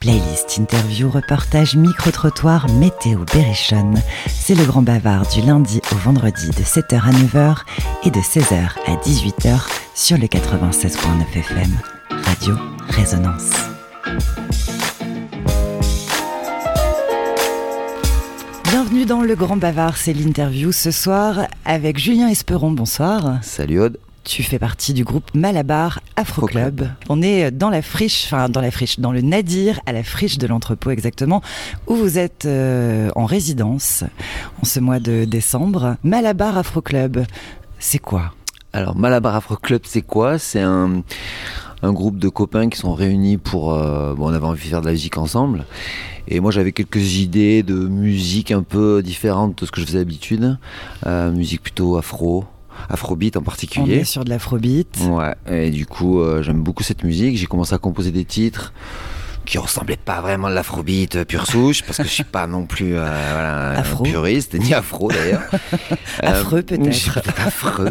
Playlist, interview, reportage, micro-trottoir, météo, berrichonne. C'est le grand bavard du lundi au vendredi de 7h à 9h et de 16h à 18h sur le 96.9 FM. Radio Résonance. Bienvenue dans Le Grand Bavard, c'est l'interview ce soir avec Julien Esperon. Bonsoir. Salut Aude. Tu fais partie du groupe Malabar Afro Club. On est euh, dans la friche, enfin dans la friche, dans le Nadir, à la friche de l'entrepôt exactement, où vous êtes euh, en résidence en ce mois de décembre. Malabar Afro Club, c'est quoi Alors Malabar Afro Club, c'est quoi C'est un, un groupe de copains qui sont réunis pour... euh, bon, on avait envie de faire de la musique ensemble. Et moi j'avais quelques idées de musique un peu différentes de ce que je faisais d'habitude. Euh, musique plutôt afro, afrobeat en On particulier. est sur de l'afrobeat. Ouais, et du coup, euh, j'aime beaucoup cette musique. J'ai commencé à composer des titres qui ressemblaient pas vraiment à de l'afrobeat euh, pure souche, parce que je suis pas non plus euh, voilà, un Afro. puriste, ni afro d'ailleurs. Affreux, Euh, peut-être. je suis peut-être affreux.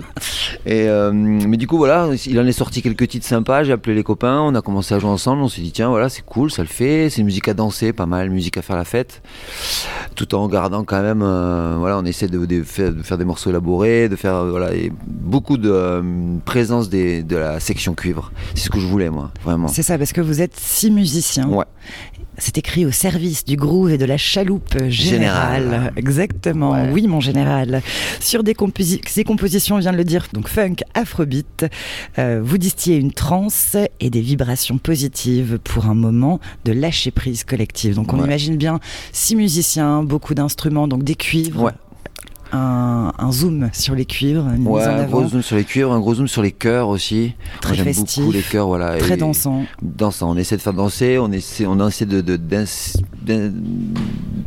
Et, euh, mais du coup, voilà, il en est sorti quelques titres sympas. J'ai appelé les copains, on a commencé à jouer ensemble. On s'est dit, tiens, voilà, c'est cool, ça le fait. C'est une musique à danser, pas mal, musique à faire la fête. Tout en gardant quand même, euh, voilà, on essaie de, de faire, de faire des morceaux élaborés, de faire, euh, voilà, et beaucoup de euh, présence des- de la section cuivre. C'est ce que je voulais, moi, vraiment. C'est ça, parce que vous êtes six musiciens. Ouais. C'est écrit au service du groove et de la chaloupe générale. Générale. Exactement, Ouais. oui mon général. Sur des, composi- ces compositions, on vient de le dire, donc funk, afrobeat, euh, vous distillez une transe et des vibrations positives pour un moment de lâcher prise collective. Donc on Ouais. imagine bien six musiciens, beaucoup d'instruments, donc des cuivres, Ouais. un, un zoom sur les cuivres, une Ouais, mise en un avant, gros zoom sur les cuivres, un gros zoom sur les chœurs aussi. Très Moi, J'aime festif, beaucoup les chœurs, voilà. très et- euh, dansant. dansant. On essaie de faire danser, on essaie, on essaie de, de- d'ins- d'in-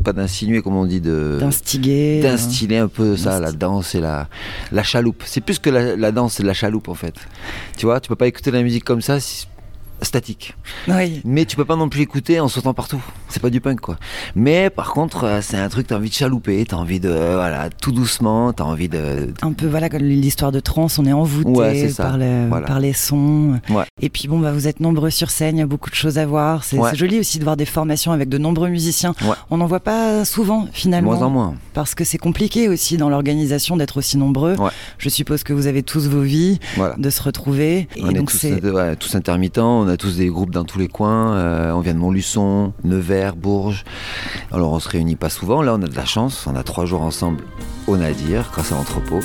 pas d'insinuer, comme on dit, de d'instiguer. euh, d'instiller un peu ça, d'insti- la danse et la, la chaloupe. C'est plus que la, la danse, c'est de la chaloupe en fait. Tu vois, tu peux pas écouter de la musique comme ça, si- statique. Oui. Mais tu peux pas non plus écouter en sautant partout. C'est pas du punk quoi. Mais par contre, euh, c'est un truc, t'as envie de chalouper, t'as envie de, euh, voilà, tout doucement, t'as envie de, un peu voilà comme l'histoire de trans, on est envoûté Ouais, c'est ça. par, le- Voilà. par les sons. Ouais. Et puis bon, bah, vous êtes nombreux sur scène, il y a beaucoup de choses à voir. C'est Ouais. c'est joli aussi de voir des formations avec de nombreux musiciens. Ouais. On n'en voit pas souvent de finalement, moins en moins. parce que c'est compliqué aussi dans l'organisation d'être aussi nombreux. Ouais. Je suppose que vous avez tous vos vies, Voilà. de se retrouver. On et est donc tous, euh, c'est ouais, tous intermittents, on a tous des groupes dans tous les coins, euh, on vient de Montluçon, Nevers, Bourges. Alors on se réunit pas souvent, là on a de la chance, on a trois jours ensemble au Nadir grâce à l'entrepôt.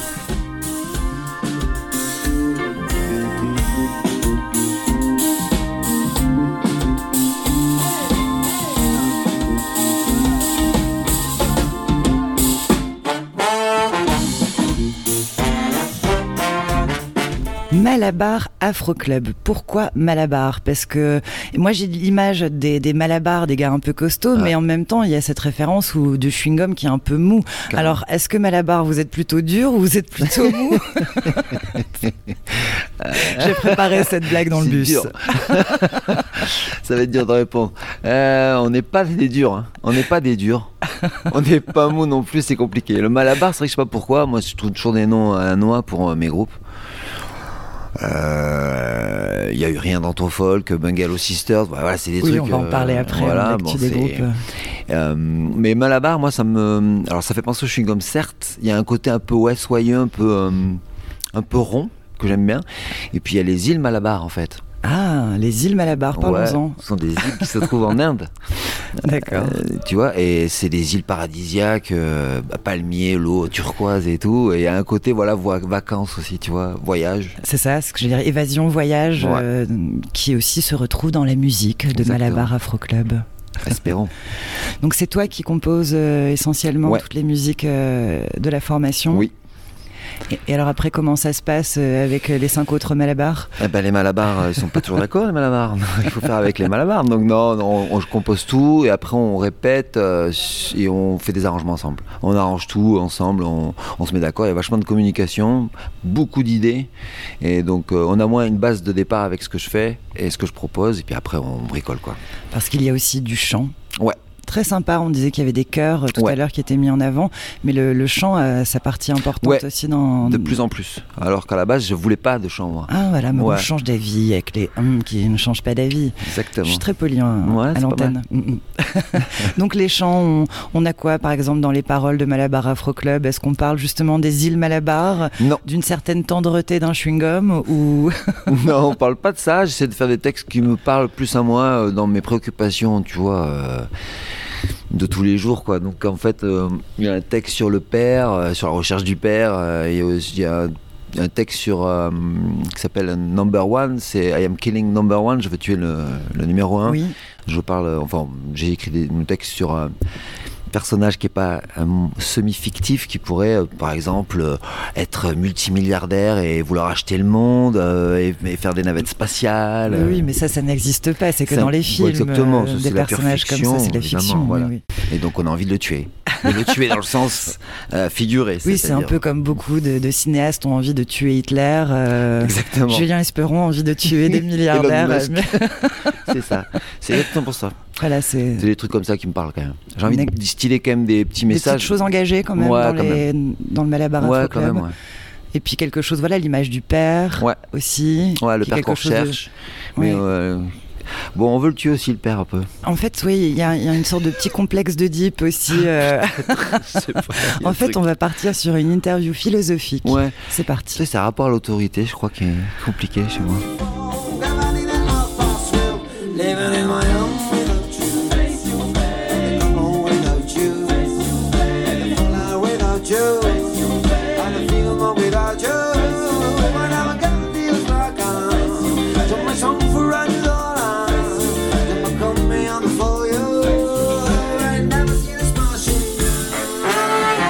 Malabar Afro Club. Pourquoi Malabar Parce que moi j'ai l'image des, des Malabar, des gars un peu costauds, Ah. mais en même temps il y a cette référence où, du chewing-gum qui est un peu mou. Carrément. Alors est-ce que Malabar vous êtes plutôt dur ou vous êtes plutôt mou J'ai préparé cette blague dans le Euh. C'est bus. dur. Ça va être dur de répondre. Euh, on n'est pas des durs, hein. on n'est pas des durs. On n'est pas mou non plus, c'est compliqué. Le Malabar, c'est vrai que je sais pas pourquoi, moi je trouve toujours des noms à la noix pour euh, mes groupes. Euh, Il y a eu rien dans ton folk, Bungalow Sisters, bah, voilà, c'est des Oui, trucs. on va en euh, parler après. voilà, on bon, actu des c'est- groupes. euh, mais Malabar, moi, ça me. Alors, ça fait penser au chewing-gum, certes. Il y a un côté un peu ouais, soyeux, un peu, euh, un peu rond, que j'aime bien. Et puis, il y a les îles Malabar, en fait. Ah, les îles Malabar, parlons-en. Ah. Ouais, ce sont des îles qui se trouvent en Inde. D'accord. Euh, tu vois, et c'est des îles paradisiaques, euh, bah, palmiers, l'eau turquoise et tout. Et il y a un côté, voilà, vo- vacances aussi, tu vois, voyage. C'est ça, ce que je veux dire, évasion, voyage, Ouais. euh, qui aussi se retrouve dans la musique de Exactement. Malabar Afro Club. Espérons. Donc c'est toi qui compose euh, essentiellement Ouais. toutes les musiques euh, de la formation. Oui. Et, et alors après, comment ça se passe euh, avec euh, les cinq autres Malabar Eh ben, les Malabars, euh, ils sont pas toujours d'accord, les Malabars. Il faut faire avec les Malabars. Donc, non, non, on, on compose tout et après on répète euh, et on fait des arrangements ensemble. On arrange tout ensemble, on, on se met d'accord. Il y a vachement de communication, beaucoup d'idées. Et donc, euh, on a moins une base de départ avec ce que je fais et ce que je propose. Et puis après, on bricole, quoi. Parce qu'il y a aussi du chant. Ouais. très sympa. On disait qu'il y avait des chœurs euh, tout Ouais. à l'heure qui étaient mis en avant, mais le, le chant a sa partie importante Ouais. aussi dans. de plus en plus. Alors qu'à la base, je voulais pas de chant, moi. Ah voilà, mais on Ouais. change d'avis avec les hum qui ne changent pas d'avis. Exactement. Je suis très poli hein, Ouais, à c'est pas l'antenne. Mm, mm. Donc les chants, on, on a quoi par exemple dans les paroles de Malabar Afro Club Est-ce qu'on parle justement des îles Malabar, Non, d'une certaine tendreté d'un chewing-gum ou non, on parle pas de ça. J'essaie de faire des textes qui me parlent plus à moi euh, dans mes préoccupations, tu vois, euh, de tous les jours, quoi. Donc en fait, euh, il y a un texte sur le père, euh, sur la recherche du père. euh, Il y a aussi il y a un texte sur euh, qui s'appelle Number One. C'est I am killing Number One. Je veux tuer le, le numéro un. oui Je parle, euh, enfin, j'ai écrit des, des textes sur un personnage qui n'est pas un semi-fictif, qui pourrait, euh, par exemple, euh, être multimilliardaire et vouloir acheter le monde euh, et, et faire des navettes spatiales. Mais Oui, mais ça, ça n'existe pas. C'est que euh, Ça- dans les ouais, films, exactement, euh, ça, des c'est la personnages comme ça, c'est la évidemment, fiction. oui, voilà. oui. Et donc, on a envie de le tuer. De le tuer dans le sens euh, figuré. Oui, c'est un c'est-à-dire- peu comme beaucoup de, de cinéastes ont envie de tuer Hitler. euh, Exactement. Julien Esperon a envie de tuer des milliardaires. Elon Musk. mais- C'est ça. C'est exactement pour ça. voilà, c'est C'est des trucs comme ça qui me parlent quand même. J'ai envie de Nec- distiller quand même des petits des petites messages. choses engagées quand même, Ouais, dans, quand les- dans le Malabar Afro ouais, quand Club. même. Ouais, Et puis quelque chose, voilà, l'image du père Ouais. aussi. Ouais, le qui est père quelque qu'on chose de- recherche. Mais, Ouais. euh, bon, on veut le tuer aussi, le père, un peu. En fait, oui, il y, a il y a une sorte de petit complexe de deep aussi. euh, en fait, on va partir sur une interview philosophique. Ouais, C'est tu parti. sais, c'est un rapport à l'autorité, je crois, qui est compliqué chez moi. Got money that I fast will. Living in my own without you. Face you face. Come on without you. Face you face. Fall out without you. Face you face. I don't feel more without you. When I'm a girl, it feels like I'm. So my song for a dollar. Then I come me on the for you. I never seen a smile she knew.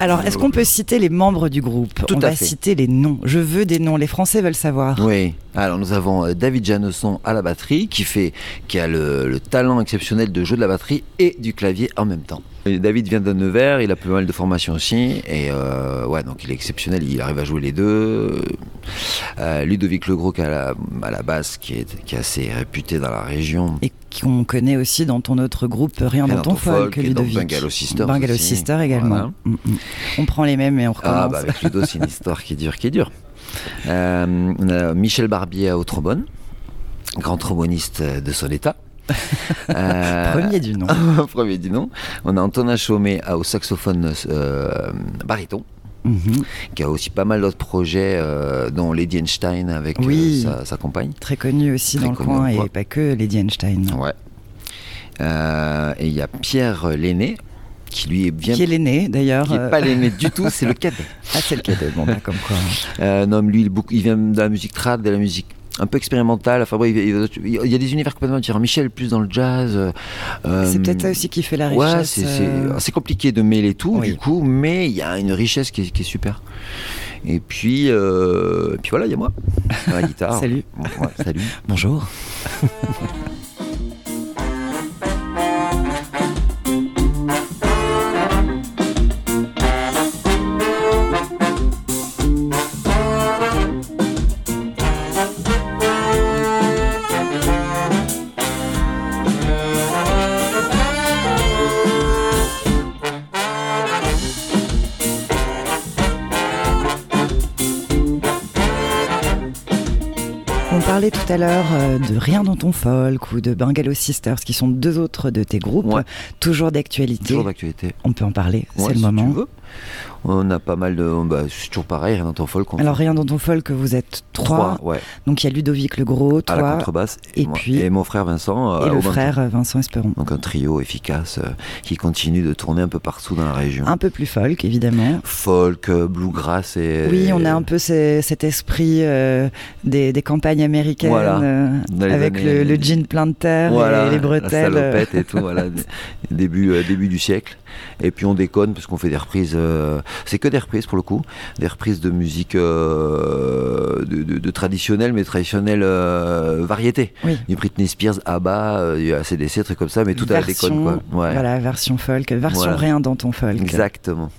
Alors, est-ce qu'on peut citer les membres du groupe Tout On à va fait. citer les noms. Je veux des noms. Les Français veulent savoir. Oui, alors nous avons euh, David Janosson à la batterie, qui, fait, qui a le, le talent exceptionnel de jouer de la batterie et du clavier en même temps. Et David vient de Nevers, il a pas mal de formation aussi, et euh, ouais, donc il est exceptionnel, il arrive à jouer les deux. Euh, Ludovic Legros, qui est à la, à la basse, qui est, qui est assez réputé dans la région. Et qu'on connaît aussi dans ton autre groupe Rien Rien dans ton folk, et dans Ludovic. Bungalow Sisters Bungalow aussi. Sisters également. Voilà. Mm, mm. On prend les mêmes et on recommence. Ah bah avec Ludo, c'est une histoire qui dure, qui dure. Euh, on a Michel Barbier au trombone, grand tromboniste de son état. Euh, Premier du nom. premier du nom. On a Antonin Chaumet au saxophone euh, bariton, Mhm. qui a aussi pas mal d'autres projets, euh, dont Lady Einstein avec euh, Oui. sa, sa compagne. Très connu aussi Très dans le connu, coin ouais. et pas que Lady Einstein. Ouais. Euh, et il y a Pierre Lenné, qui lui est bien. Qui est l'aîné d'ailleurs qui est euh, pas l'aîné du tout, c'est le cadet. Ah, c'est le cadet, bon, bah, comme quoi. Euh, non, mais lui, il, est beaucoup- il vient de la musique trad, de la musique un peu expérimentale. Enfin, bon, il, il- il y a des univers complètement différents. Michel, plus dans le jazz. euh, C'est euh, peut-être ça aussi qui fait la richesse. Ouais, c'est- c'est euh, c'est compliqué de mêler tout, Oui. du coup, mais il y a une richesse qui est, qui est super. Et puis, euh, et puis voilà, il y a moi, à la guitare. Salut. Ouais, salut. Bonjour. On parlait tout à l'heure euh, de Rien dans ton folk ou de Bungalow Sisters, qui sont deux autres de tes groupes, Ouais. toujours d'actualité. Toujours d'actualité. On peut en parler, Ouais, c'est le si moment. tu veux. On a pas mal de. bah, c'est toujours pareil, rien dans ton folk. on Alors fait Rien dans ton folk, vous êtes trois. trois, ouais, Donc il y a Ludovic Legros, à la toi contrebasse. et moi- puis- et mon frère Vincent. euh, et au le banjo. frère euh, Vincent Esperon. Donc un trio efficace euh, qui continue de tourner un peu partout dans la région. Un peu plus folk, évidemment. Folk, euh, bluegrass et. Oui, on a un peu ces- cet esprit euh, des, des campagnes américaines, Voilà. euh, Dans les avec le, années- le jean plein de terre Voilà, et les bretelles. La salopette et tout, voilà, d- début, euh, début du siècle. Et puis on déconne parce qu'on fait des reprises, euh, c'est que des reprises pour le coup, des reprises de musique euh, de, de, de traditionnelle, mais traditionnelle euh, variété. Oui. Du Britney Spears, ABBA, euh, du ACDC, trucs comme ça, mais tout à la Version- déconne quoi. Ouais. Voilà, version folk, version Voilà. rien dans ton folk. Exactement.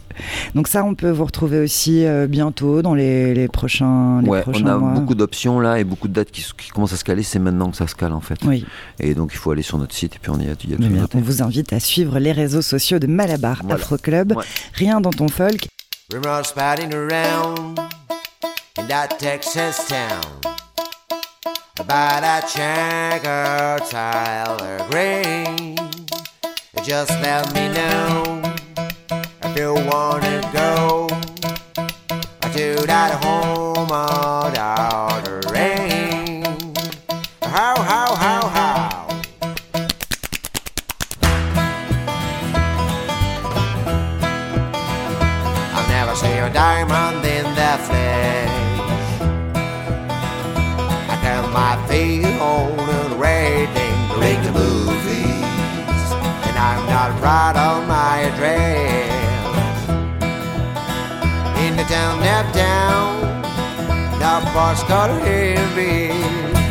Donc ça, on peut vous retrouver aussi euh, bientôt dans les, les prochains, les ouais, on prochains a mois. beaucoup d'options là et beaucoup de dates qui, s- qui commencent à se caler. C'est maintenant que ça se cale en fait. Oui, Et donc il faut aller sur notre site et puis on y a, il y a mais tout bien, noté. on vous invite à suivre les réseaux sociaux de Malabar Voilà. Afro Club. Ouais. Rien dans ton folk. Remember I was spouting around in that Texas town about a checker Tyler Green. Just let me know if you wanna go to that home of the rain. How, how, how, how. I've never seen a diamond in the flesh. I turn my feet on and rating ring the movies, and I'm not proud of my dress. In the town, uptown, the boss got heavy.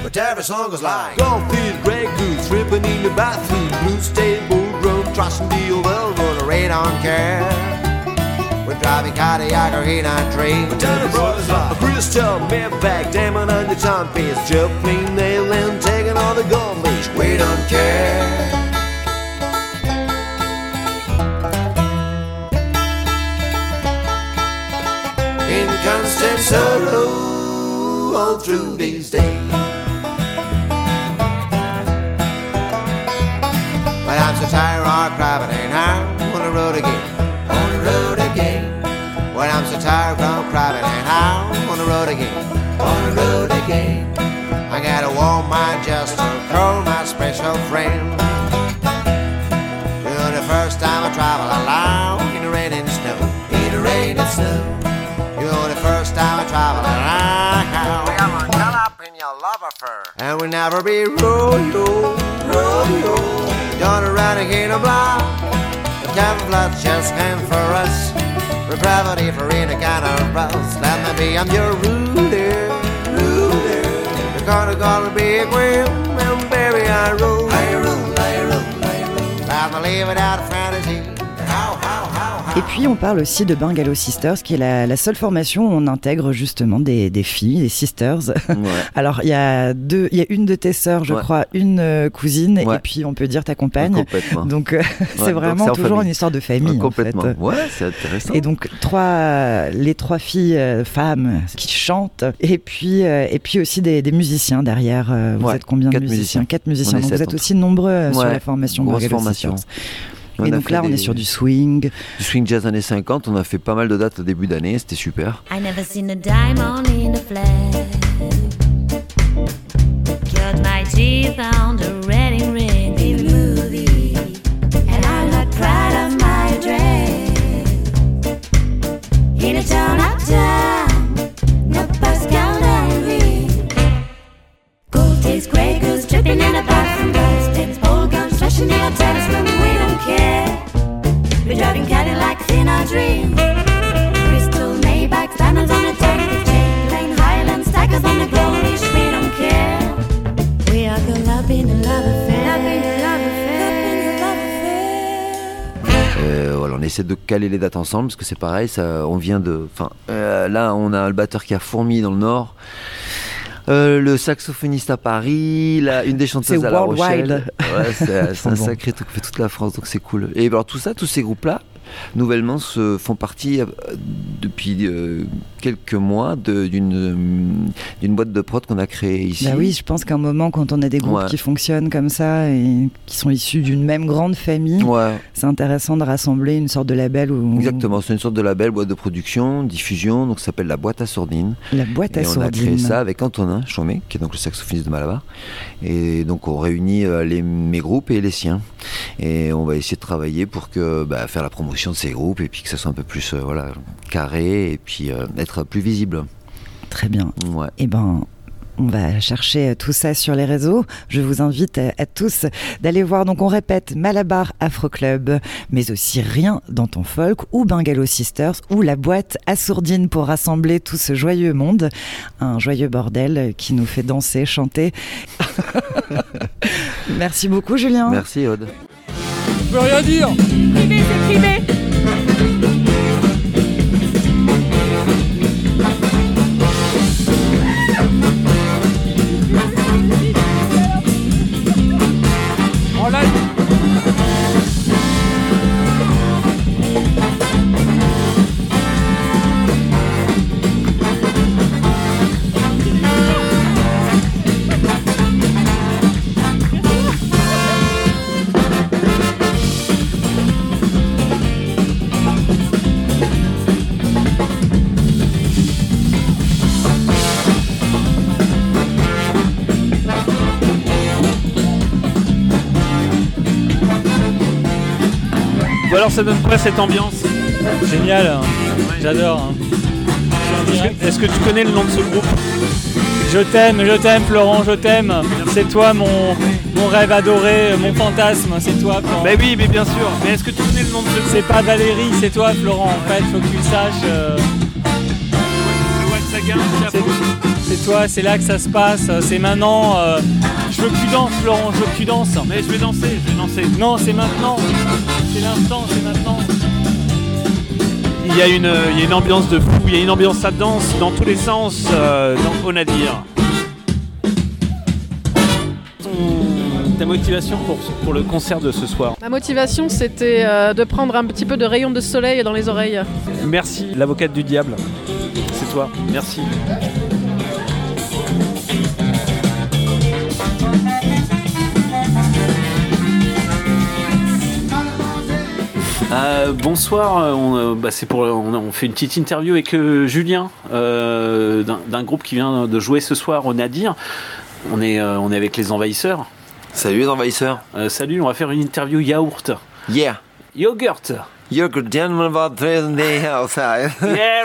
But every song is like Goldfield, Grey Goose, ripping in the bathroom, blue stable drum, trashing the old world, rain on care. We're driving Cadillac or in on train. We're down brothers like Bristol, Maybach, Damon on the timepiece. Jumping, nailing, taking all the gold leash. We don't care. In constant sorrow all through these days. But I'm so tired of crabbing and I'm on the road again. On the road again. Well, I'm so tired of crabbing and I'm on the road again. On the road again. I gotta warm my just to call my special friend. For the first time I travel alone in the rain and snow. In the rain and snow. You're the first time I travel alone. We are caught up in your love affair. And we never be rodeo, rodeo. Don't around again a block. The camouflage just came for us. We're gravity for in a kind of rust. Let me be, I'm your ruler, ruler. You're gonna gonna be a queen, and baby I rule. I rule, I rule, I rule. I'm living out of fantasy. How, how, how, how. Et puis on parle aussi de Bungalow Sisters, qui est la, la seule formation où on intègre justement des, des filles, des sisters. Ouais. Alors il y a deux, il y a une de tes sœurs, je Ouais. crois, une euh, cousine, Ouais. et puis on peut dire ta compagne. Complètement. Donc euh, Ouais, c'est donc vraiment c'est en toujours famille. une histoire de famille. Ouais, en fait. complètement. Ouais, c'est intéressant. Et donc trois, les trois filles euh, femmes qui chantent et puis euh, et puis aussi des, des musiciens derrière. euh, Vous Ouais, êtes combien de quatre musiciens, musiciens. Quatre musiciens. est Donc sept vous en êtes tout. aussi nombreux euh, sur Ouais, la formation. grosse Bungalow formation. Sisters. On Et a donc fait là on des- est sur du swing. du swing jazz années 50. On a fait pas mal de dates au début d'année. C'était super. I never seen a diamond in the flesh. Cut my teeth on the wedding ring in the movie, and I'm not proud of my dress. In a town uptown, no bus count on me. Gold takes grey goose dripping in a bathroom glass. Takes ball guns flashing in a tennis room. We don't care. We're driving Cadillacs in our dreams. Crystal Maybach, diamonds on a jacket chain, plain Highlands, tigers on the glory, we don't care. We are caught up in a love affair. Up in a love affair. Euh, voilà, on essaie de caler les dates ensemble parce que c'est pareil. Ça, on vient de. Enfin, euh, là, on a le batteur qui a fourmi dans le Nord. euh, le saxophoniste à Paris, la- une des chanteuses C'est à La worldwide. Rochelle. Ouais, c'est c'est un Bon. sacré truc, fait toute la France, donc c'est cool. Et alors tout ça, tous ces groupes-là, nouvellement, se font partie euh, depuis euh, quelques mois de- d'une euh, d'une boîte de prod qu'on a créée ici. Bah oui, je pense qu'un moment quand on a des groupes Ouais. qui fonctionnent comme ça et qui sont issus d'une même grande famille, Ouais, c'est intéressant de rassembler une sorte de label ou exactement. C'est une sorte de label, boîte de production, diffusion, donc ça s'appelle la boîte à sourdine. la boîte à Et on a sourdine. créé ça avec Antonin Chaumet, qui est donc le saxophoniste de Malabar. Et donc on réunit euh, les, mes groupes et les siens. Et on va essayer de travailler pour que bah, faire la promotion de ces groupes et puis que ça soit un peu plus euh, voilà, carré et puis euh, être plus visible. Très bien. Ouais. Eh ben, on va chercher euh, tout ça sur les réseaux. Je vous invite euh, à, à tous d'aller voir. Donc, on répète Malabar Afro Club, mais aussi Rien dans ton folk ou Bungalow Sisters ou la boîte à sourdine pour rassembler tout ce joyeux monde. Un joyeux bordel qui nous fait danser, chanter. Merci beaucoup, Julien. Merci Aude. Je peux rien dire Écrivez, écrivez. alors ça donne quoi cette ambiance Génial, hein. j'adore. hein. Est-ce que- Est-ce que tu connais le nom de ce groupe Je t'aime, je t'aime Florent, je t'aime. C'est toi mon, mon rêve adoré, mon fantasme, c'est toi Florent. Bah oui, mais bien sûr. Mais est-ce que tu connais le nom de ce groupe C'est pas Valérie, c'est toi Florent. En fait, faut que tu le saches. euh, Le Watsaga, c'est- c'est toi, c'est là que ça se passe, euh, c'est maintenant. euh, Je veux que tu danses Florent, je veux que tu danses. Mais je vais danser, je vais danser. Non, c'est maintenant. C'est l'instant, c'est maintenant. Il y a une, il y a une ambiance de fou, il y a une ambiance ça danse dans tous les sens euh, dans Onadir. Ton- Ta motivation pour, pour le concert de ce soir. Ma motivation, c'était euh, de prendre un petit peu de rayon de soleil dans les oreilles. Merci, l'avocate du diable. C'est toi, merci. Euh, bonsoir, euh, on, euh, bah, c'est pour, on, on fait une petite interview avec euh, Julien euh, d'un d'un groupe qui vient de jouer ce soir au Nadir. On est, euh, on est avec les envahisseurs. Salut les envahisseurs. Euh, salut, on va faire une interview yaourt. Yeah. Yogurt You're good gentleman about the uh, outside. Yeah,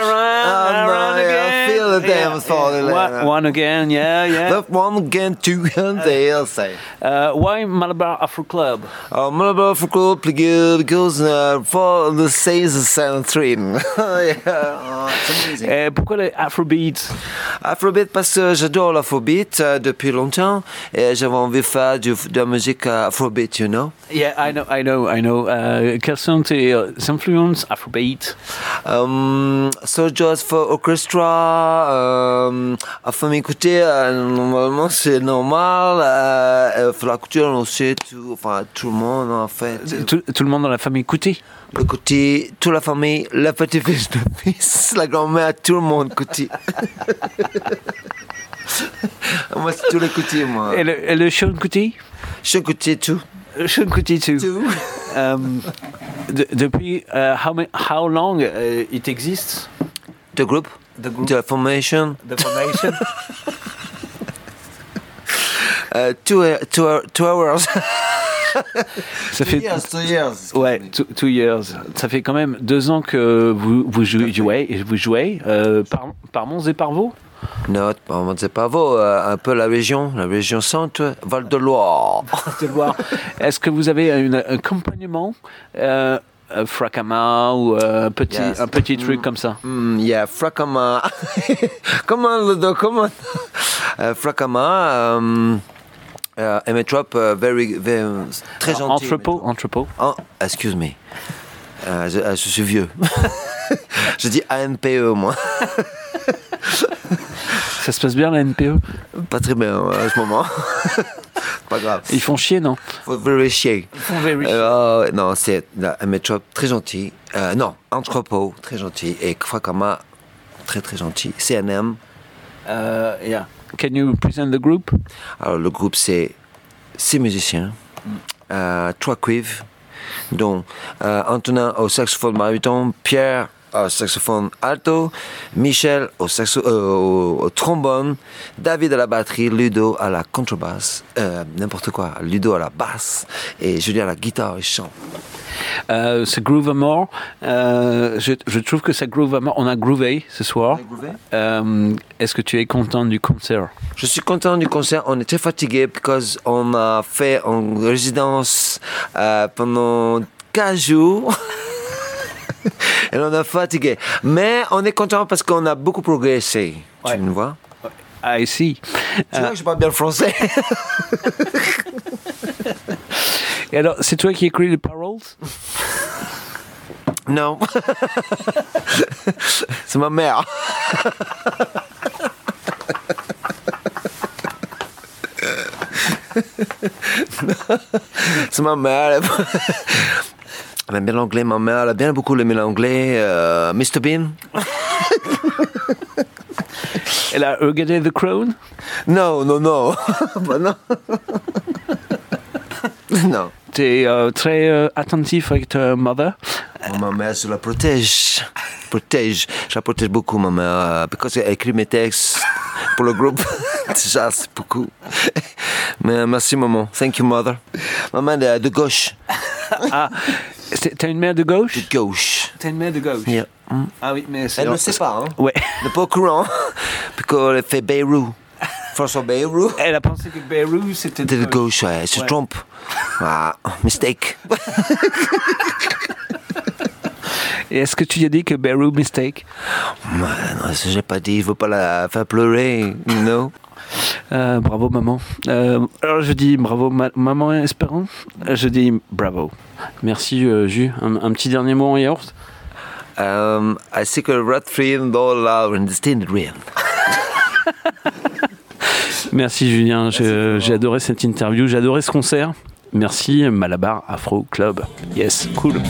run, Oh, run no, yeah, again. feel the damn fall in one- line. one again, yeah, yeah. Left one again, two and the outside. Uh, why Malabar Afro Club? Oh, my love for cold play because uh, for the says the silent stream. yeah. oh, it's amazing. Euh, pourquoi les Afrobeats Afrobeat parce que j'adore l'afrobeat euh, depuis longtemps et j'avais envie de faire du- de la musique euh, afrobeat, you know. Yeah, I know, I know, I know. Euh, quelles sont tes euh, influences Afrobeat Um, Soldiers for Orchestra, um, enfin m'écouter, euh, normalement c'est normal, euh, euh, pour la culture on sait tout, enfin tout le monde en fait. tout, tout le monde dans la famille Kuti Le côté, toute la famille, la petite fille, le fils, la grand-mère, tout le monde côté. moi c'est tous les côtés moi. Et le, et le Sean Kuti Je côté tout. Euh, Sean Kuti, too. Tout. Euh, de- depuis euh, how, ma- how long euh, it exists The group, the group, the formation, The formation uh, two, uh, two, hour- two hours. Ça fait two years. Ouais, two, two years. Ça fait quand même deux ans que vous, vous jou- jouez, et vous jouez euh, par, par Mons et par Vaux. Non, on ne sait pas vous, euh, un peu la région, la région centre, Val de Loire. Je vais voir. Est-ce que vous avez un, un accompagnement euh, un fracas ou euh, un petit, Yes. un petit Mm. truc comme ça Hmm, yeah, Fracama. comment le dos, comment Euh, Fracama, euh, euh, Emetrop, euh, very, very, très gentil. Entrepôt, entrepôt. Oh, excuse me. Euh, je, euh, je suis vieux. je dis ANPE, moi. Ça se passe bien la E NPE Pas très bien euh, en ce moment. pas grave. Ils font chier, non Faut vérifier. Euh, ouais, non, c'est là, un métro très gentil. Euh, non, entrepôt très gentil et Kwakama très très gentil. CNM. Euh, yeah. Can you present the group Alors le groupe c'est six musiciens, euh, trois cuivres, dont euh, Antonin au saxophone mariton, Pierre au saxophone alto, Michel au, saxo- euh, au- au trombone, David à la batterie, Ludo à la contrebasse, euh, n'importe quoi, Ludo à la basse et Julien à la guitare et chant. euh, Ce groove à mort, euh, je, je trouve que ça groove à mort. On a groové ce soir. Euh, Est-ce que tu es content du concert Je suis content du concert. On est très fatigué parce qu'on a fait en résidence euh, pendant 15 jours. Et on a fatigué. Mais on est content parce qu'on a beaucoup progressé. Ouais. Tu me vois I see. C'est vrai que je parle bien le français. Et alors, c'est toi qui écris les paroles non. C'est ma mère. C'est ma mère. elle- Elle aime bien l'anglais, ma mère. Elle a bien beaucoup aimé l'anglais. Euh, Mr. Bean Elle a regardé The Crown Non, non, non. Bah, non. non. Tu es très euh, attentif avec ta mother Oh, ma mère, je la protège. Protège. Je la protège beaucoup, ma mère. euh, Parce qu'elle écrit mes textes pour le groupe. Déjà, c'est beaucoup. euh, Mais merci, maman. Thank you, mother. Maman de, de gauche. Ah, C'est- T'as une mère de gauche de gauche. T'as une mère de gauche Yeah. Ah oui, mais c'est. Elle ne sait pas, hein. Ouais. Elle n'est pas au courant. Parce qu'elle fait Beirut. François Beirut. Elle a pensé que Beirut c'était C'était de gauche, ouais. Elle se Ouais. trompe. Ah, mistake. Et est-ce que tu as dit que Beirut mistake Ah, non, ça, j'ai pas dit, il faut pas la faire pleurer, you know. Euh, Bravo maman. Euh, alors je dis bravo ma- maman Espérance. Je dis bravo. Merci euh, Ju. Un, un petit dernier mot en yaourt. Euh, Um, I seek a rat free and all love and stand real. Merci Julien. Je- J'ai adoré cette interview. J'ai adoré ce concert. Merci Malabar Afro Club. Yes, cool.